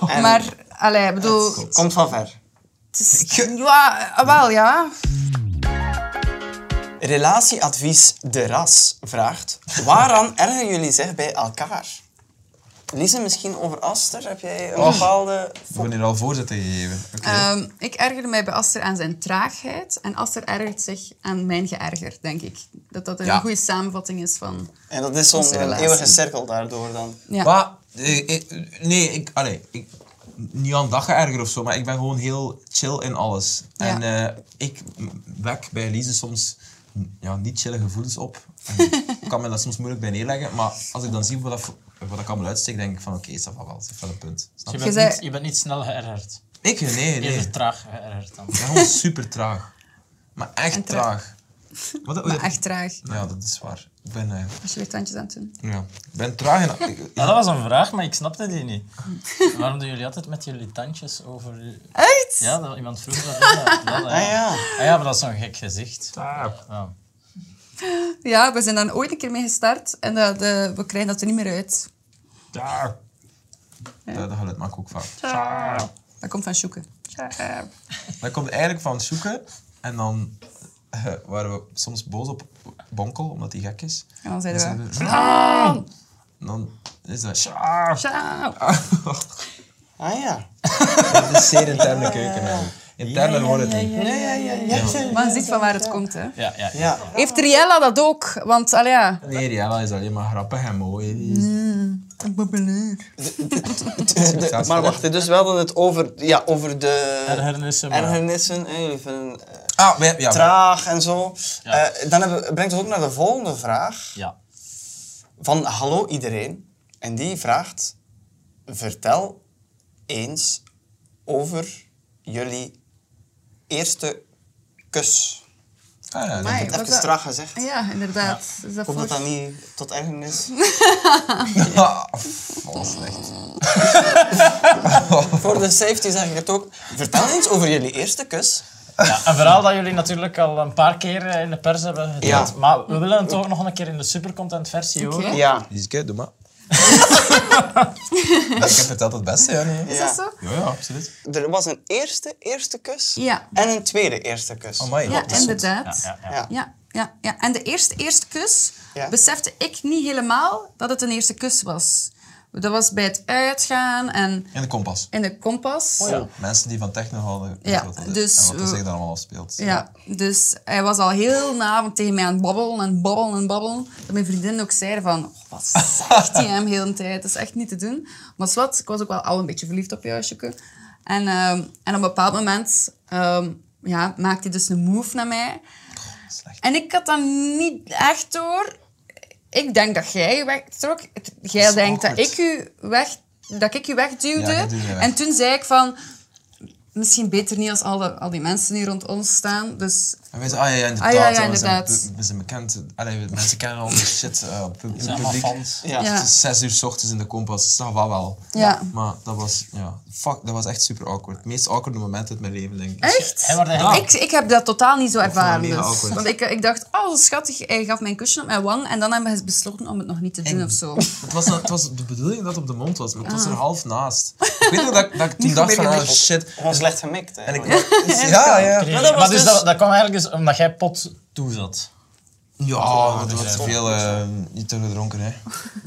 En- Maar, allee, ik bedoel, Komt van ver. het is- ja, eh, wel ja. Relatieadvies De Ras vraagt... Waaraan ergen jullie zich bij elkaar? Lise, misschien over Aster? Heb jij Oh. een bepaalde... Ik word hier al voorzitter gegeven. Oké. Ehm, ik ergerde mij bij Aster aan zijn traagheid. En Aster ergert zich aan mijn geërger, denk ik. Dat dat een Ja. goede samenvatting is van... En dat is zo'n Onze eh, relatie. eeuwige cirkel daardoor dan. Ja. Maar, eh, eh, nee, ik, allee, ik, niet aan dag erger of zo, maar ik ben gewoon heel chill in alles. Ja. En eh, ik wek bij Lise soms ja, niet chille gevoelens op. En Ik kan me dat soms moeilijk bij neerleggen, maar als ik dan zie wat, dat- wat ik allemaal uitsteek, denk ik van oké, is dat wel, dat is wel een punt. Snap Je je? bent, zei- niet, je bent niet snel geërgerd. Ik? Nee, nee. Eerder Ik traag geërgerd dan. ben gewoon super traag. Maar echt traag. traag. Wat, dat- Maar echt traag. Ja, dat is waar. Ik ben, eh, Als je weer tandjes aan het doen. ja. ik ben traag en... ik- Ja, dat was een vraag, maar ik snapte die niet. Waarom doen jullie altijd met jullie tandjes over... je- Echt? Ja, dat, iemand vroeg dat. dat, dat Ah ja. Ah ja, maar dat is zo'n gek gezicht. Ah, Ja. Ja, we zijn daar ooit een keer mee gestart en dat, eh, we krijgen dat er niet meer uit. ah. Dat, dat geluid maak ik ook vaak. Dat komt van zoeken. Dat komt eigenlijk van zoeken en dan eh, waren we soms boos op Bonkel, omdat hij gek is. En dan zeiden we... En dan- En dan is dat... sjaar. Ciao. Ah ja. Dat is zeer interne keuken. hè. Interne wordt het niet. Nee, ja, ja, ja. Maar je ziet van waar het komt, hè. Ja, ja, ja. Ja. Heeft Riella dat ook? Want, allee, ja... Nee, Riella is alleen maar grappig en mooi. Ik ben benieuwd. De- maar wacht, dus wel dan het over, ja, over de Ergernissen, maar- ergernissen. hè, jullie vinden eh, Ah, we, ja, traag en zo. Ja. Eh, dan hebben, we- brengt ons ook naar de volgende vraag. Ja. Van hallo iedereen. En die vraagt, vertel eens over jullie eerste kus. Ah, ja, dat- Amai. Even Wat dat- traag gezegd. Ik Ja, inderdaad. Is dat hoop dat voor- dat niet tot ergernis... Ah, oh, slecht. Voor de safety zeg ik het ook. Vertel eens over jullie eerste kus. Ja, een verhaal dat jullie natuurlijk al een paar keer eh, in de pers hebben gedaan. Ja. Maar we willen het ook nog een keer in de supercontent versie Oké. horen. Ja. Die is kut, doe maar. Ja, ik heb verteld het beste, ja. Nee. Is dat zo? Ja, ja, absoluut. Er was een eerste eerste kus Ja. en een tweede eerste kus. Amai. Ja, Ja, inderdaad. ja, ja. Ja. Ja, ja, ja. En de eerste, eerste kus Ja. besefte ik niet helemaal dat het een eerste kus was. Dat was bij het uitgaan en En de kompas. in de Oh kompas. ja. Mensen die van techno houden, Ja, weten wat dat is dus en wat er we- zich daar allemaal afspeelt. Ja, dus hij was al heel de avond tegen mij aan het babbelen en babbelen en babbelen. Dat mijn vriendinnen ook zeiden van, "Oh, wat zegt hij hem heel de tijd? Dat is echt niet te doen. Maar zwart, ik was ook wel al een beetje verliefd op jou, Sjoeke. En, ehm, en op een bepaald moment ehm, ja, maakte hij dus een move naar mij. Slecht. En ik had dat niet echt door. Ik denk dat jij wegtrok. Jij is denkt dat awkward. ik, u weg, dat ik u wegduwde. Ja, jij duwde mij weg. en toen zei ik van... Misschien beter niet als al, de- al die mensen hier rond ons staan. Dus En wij zeiden, ah ja, ja, inderdaad. Ah, ja, ja, we zijn- inderdaad. we, we zijn bekend. Allee, we- mensen kennen al die shit eh, op in het zijn publiek. allemaal fans. Ja. Ja. Het is zes uur 's ochtends in de kompas, dus dat wel wel. Ja. Maar dat was, ja, fuck, dat was echt super awkward. Het meest awkward moment uit mijn leven, denk ik. echt? Hij wordt eigenlijk- Ik, ik heb dat totaal niet zo ervaren. mega dus. awkward. Want ik, ik dacht, oh schattig, hij gaf mij een kusje op mijn wang. En dan hebben we besloten om het nog niet te doen of zo. Het was, het was de bedoeling dat het op de mond was, maar het was er half naast. Ik weet nog dat, ik- dat ik toen dacht van, ah, shit. Gewoon slecht gemikt. Hè. En ik, ja, ja. Maar, Maar dat was dus dus- dat, dat kwam eigenlijk dus omdat jij pot toe zat. Ja, dus dat was te veel, eh, niet te gedronken, hè.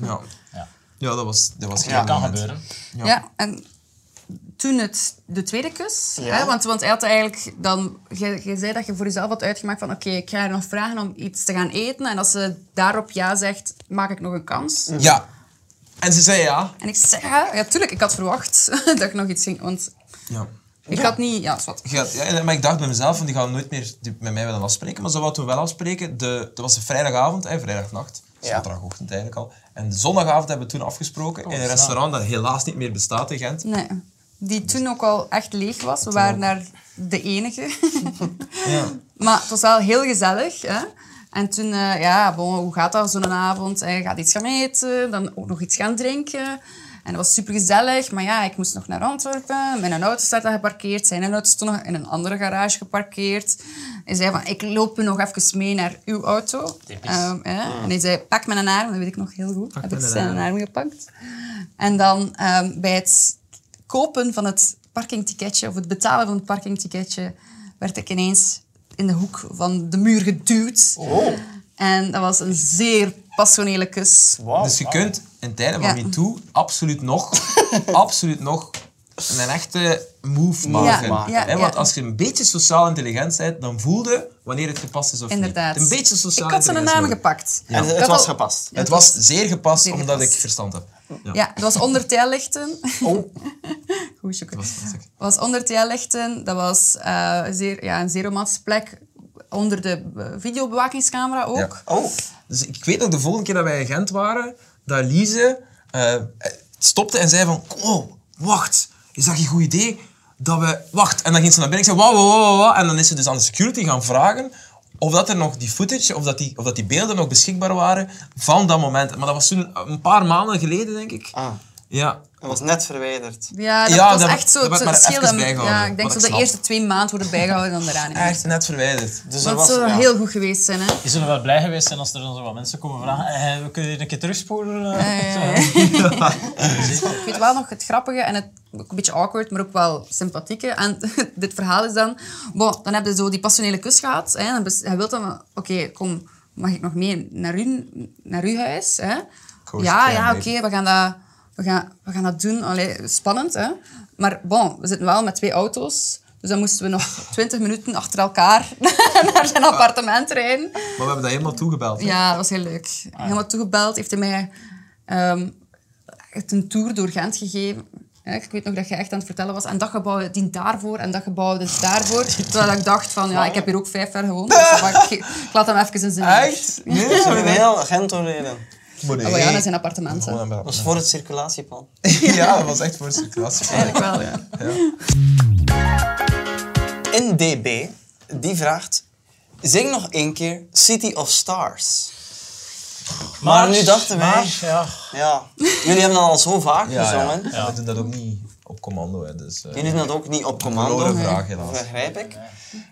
Ja. Ja. Ja, dat was, dat was geen Dat kan moment. gebeuren. Ja. en toen het, de tweede kus, Ja. hè, want, want hij had eigenlijk dan, jij jij zei dat je voor jezelf had uitgemaakt van oké, ik ga haar nog vragen om iets te gaan eten en als ze daarop ja zegt, maak ik nog een kans. Ja. En ze zei ja. En ik zeg, ja, ja, tuurlijk, ik had verwacht dat ik nog iets ging, want Ja. ik had niet, ja, zwart. Je gaat- ja, maar ik dacht bij mezelf, van, die gaan nooit meer die- met mij willen afspreken. Maar ze wouden toen wel afspreken. De, dat was een vrijdagavond, hè, vrijdagnacht. Ja. Zaterdagochtend eigenlijk al. En de zondagavond hebben we toen afgesproken in een restaurant dat helaas niet meer bestaat in Gent. Nee, die toen ook al echt leeg was, we waren daar de enige. Ja. Maar het was wel heel gezellig. Hè? En toen, eh, ja, bon, hoe gaat dat zo'n avond? Eh, Je gaat iets gaan eten, dan ook nog iets gaan drinken. En dat was supergezellig. Maar ja, ik moest nog naar Antwerpen. Mijn auto staat daar geparkeerd. Zijn auto stond nog in een andere garage geparkeerd. Hij zei van, ik loop u nog even mee naar uw auto. Typisch. Ehm, hè? En hij zei, pak mijn arm. Dat weet ik nog heel goed. Heb ik mijn zijn arm. arm gepakt. En dan ehm, bij het kopen van het parkingticketje, of het betalen van het parkingticketje, werd ik ineens in de hoek van de muur geduwd. Oh. En dat was een zeer passionele kus. Wauw. Dus je kunt in tijden van Ja. MeToo absoluut nog, absoluut nog een echte move maken. ja, hè? Want ja. als je een beetje sociaal intelligent bent, dan voel je wanneer het gepast is of Inderdaad. niet. Een beetje sociaal Ik had zijn intelligent naam nodig. gepakt. En het Dat was al- gepast. Het was zeer gepast, Zeer omdat gepast. ik verstand heb. Ja. Ja, het was onder tijlichten. Oh. Goed, Sjoeke. Dat was lastig. was onder Tijlichten. Dat was eh, zeer, ja, een zeer romantische plek. Onder de eh, videobewakingscamera ook. Ja. Oh, Dus ik weet nog de volgende keer dat wij in Gent waren, dat Lize eh, stopte en zei van, oh, wacht, is dat geen goed idee? Dat we, wacht. En dan ging ze naar binnen en zei, wauw, wauw, wauw, wauw. En dan is ze dus aan de security gaan vragen of dat er nog die footage, of dat die, of dat die beelden nog beschikbaar waren van dat moment. Maar dat was toen een paar maanden geleden, denk ik. Ah, Ja. dat was net verwijderd. Ja, dat Ja, was dat- echt zo dat het werd maar verschil. even in- bijgehouden, Ja, ik wat denk zo ik de snap. eerste twee maanden worden bijgehouden en dan daarna niet meer. Echt net verwijderd. Dus Dat was, zou ja. heel goed geweest zijn, hè? Je zullen wel blij geweest zijn als er dan zo wat mensen komen vragen. Eh, we kunnen hier een keer terugspoelen. eh, ja, zo. Ik weet wel nog het grappige en het ook een beetje awkward, maar ook wel sympathieke. En dit verhaal is dan... Bon, dan heb je zo die passionele kus gehad. Hè, en bes- hij wil dan... van, Oké, kom, mag ik nog mee naar uw, naar uw huis? Hè? Coast Ja, Care, ja, oké, baby. we, gaan dat- we, gaan, we gaan dat doen. Allee, spannend, hè. Maar bon, we zitten wel met twee auto's. Dus dan moesten we nog twintig minuten achter elkaar naar zijn appartement rijden. Maar we hebben dat helemaal toegebeld. hè? Ja, dat was heel leuk. Helemaal toegebeld. Heeft hij mij ehm, echt een tour door Gent gegeven. Ja, ik weet nog dat jij echt aan het vertellen was. En dat gebouw dient daarvoor en dat gebouw dient daarvoor. Terwijl ik dacht van, ja, ik heb hier ook vijf jaar gewoond. dus maar ik, ik laat hem even in zijn Echt? Nee, Ze sorry. hebben heel Gent doorreden. Maar nee. Oh ja, dat zijn appartementen. Gewoon Dat een- was voor het circulatieplan. Ja, dat was echt voor zijn klas. Eigenlijk wel, ja. NDB, die vraagt... Zing nog één keer City of Stars. Maar nu dachten wij- maar, ja. Ja, jullie hebben dat al zo vaak gezongen. Ja. We doen dat ook niet op commando. Hè. Dus, eh, Jullie doen dat ook niet op commando. verloren vraag helaas. begrijp ik.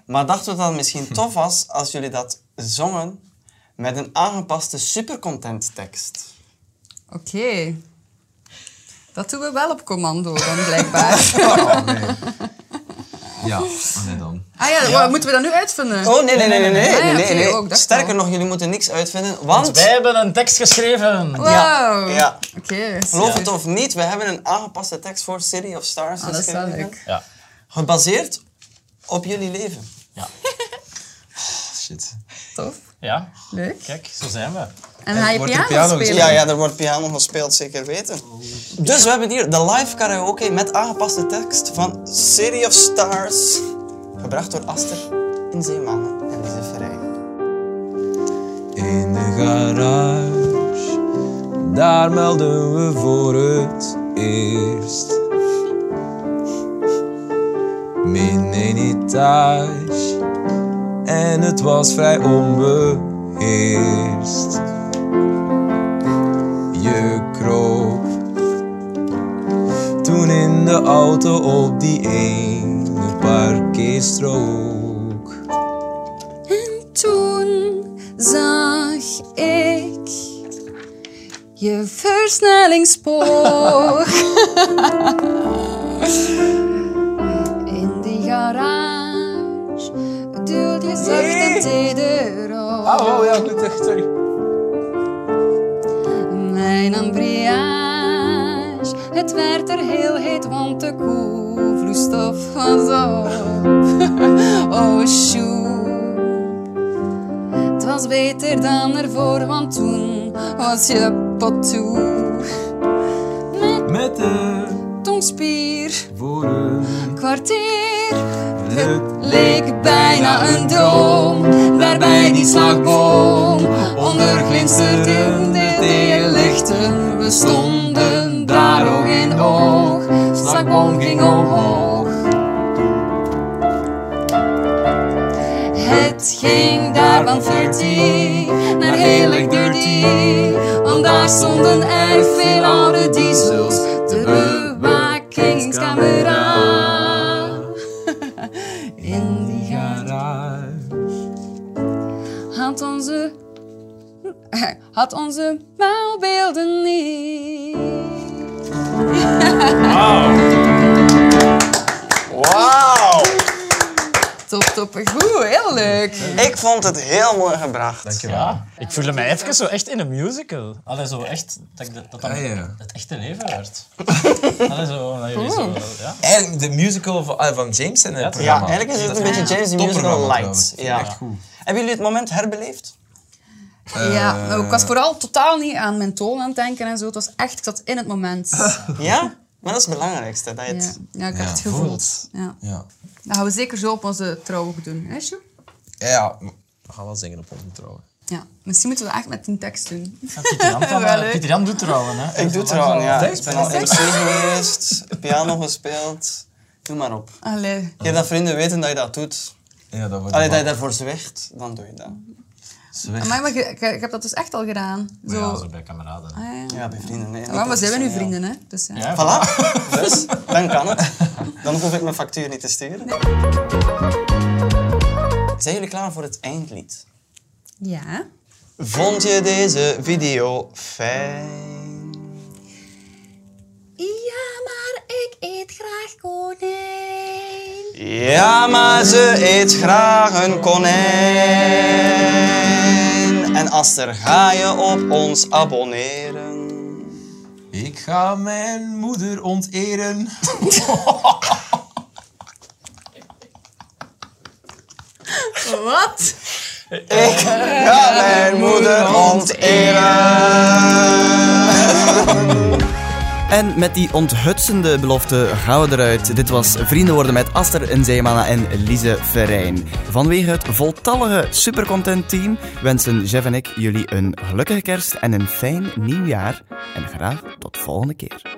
Maar dachten we dat het misschien tof was als jullie dat zongen met een aangepaste supercontent tekst? Oké. Dat doen we wel op commando dan, blijkbaar. Oh, nee. Ja, oh, nee dan. Ah ja, wat moeten we dat nu uitvinden? Oh nee, nee, nee, nee, nee, Dus- Ah, nee, ja, nee, oké, nee. ook, dacht Sterker al. nog, jullie moeten niks uitvinden, Want want... wij hebben een tekst geschreven. Wow. Ja, ja. Oké. Geloof Ja. het of niet, we hebben een aangepaste tekst voor City of Stars Ah, dat is wel geschreven. leuk. Ja. Gebaseerd op jullie leven. Ja. Shit. Tof. ja, Leuk. kijk, zo zijn we. En ga je wordt er piano, piano spelen? gespeeld? Ja, ja, er wordt piano gespeeld, zeker weten. Dus we hebben hier de live karaoke met aangepaste tekst van City of Stars. Gebracht door Aster in Zeemanen en Lise Verrijen. In de garage, daar melden we voor het eerst. Min één etage, en het was vrij onbeheerst. Je kroop toen in de auto op die ene parkeerstrook. Toen zag ik je versnellingspoor in die garage. Duwt je zacht en teder op. Oh ja, goed, sorry. Mijn embrayage, het werd er heel heet, want de koelvloeistof was op. oh, sjoe. Het was beter dan ervoor, want toen was je pot toe. Met Met de tongspier, woorden. kwartier, het leek bijna een droom. Daarbij die slagboom, onderglinsterd in de lichten. We stonden daar oog in oog, slagboom ging omhoog. Het ging daar van 30 naar heerlijk dirty, want daar stonden er veel oude diesels, de bewakingscamera. In die gaten had onze, had onze maalbeelden niet. Wauw! Top, top, goed, heel leuk. Ik vond het heel mooi gebracht. Ja. Ik voelde mij even zo echt in een musical. Allee, zo echt, dat ik dat, dat, dan Ah, ja. het echte leven werd. Allee, zo, dat jullie zo, ja. Eigenlijk de musical van, ah, van James en het Ja, programma. eigenlijk is het een beetje James the Musical Light. Ja. Hebben jullie het moment herbeleefd? Ja, maar ik was vooral totaal niet aan mijn toon aan het denken en zo. Het was echt, ik zat in het moment. Ja? Maar dat is het belangrijkste. Dat je Ja, het... ja ik heb Ja, het gevoeld. Ja. Ja. Dat gaan we zeker zo op onze trouw ook doen, hè, Sjoe? Ja, ja, we gaan wel zingen op onze trouwen. Ja, misschien moeten we dat echt met een tekst doen. En Pieter Jan kan, Wel eh, leuk. Pieter Jan doet trouwen, hè. Ik doe het al, ja. Ik ben al Echt? MC geweest, piano gespeeld. Doe maar op. Allee. Je dat vrienden weten dat je dat doet. Ja, dat wordt Allee, dat je wel- daarvoor zwicht, dan doe je dat. zwicht. Amai, maar je, je- je hebt dat dus echt al gedaan. Zo. Ja, zo bij kameraden. Ah, ja. Ja, bij vrienden. Nee, Maar niet we zijn we nu professioneel. vrienden, hè? Dus, ja. Ja, Voilà, dus dan kan het. Dan hoef ik mijn factuur niet te sturen. Zijn jullie klaar voor het eindlied? ja. Vond je deze video fijn? Ja, maar ik eet graag konijn. Ja, maar ze eet graag een konijn. En Aster, ga je op ons abonneren? Ik ga mijn moeder onteren. Wat? Ga mijn moeder onteren. En met die onthutsende belofte gaan we eruit. Dit was Vrienden worden met Aster en Zeemana en Lise Verijn. Vanwege het voltallige supercontent team wensen Jeff en ik jullie een gelukkige kerst en een fijn nieuwjaar. En graag tot volgende keer.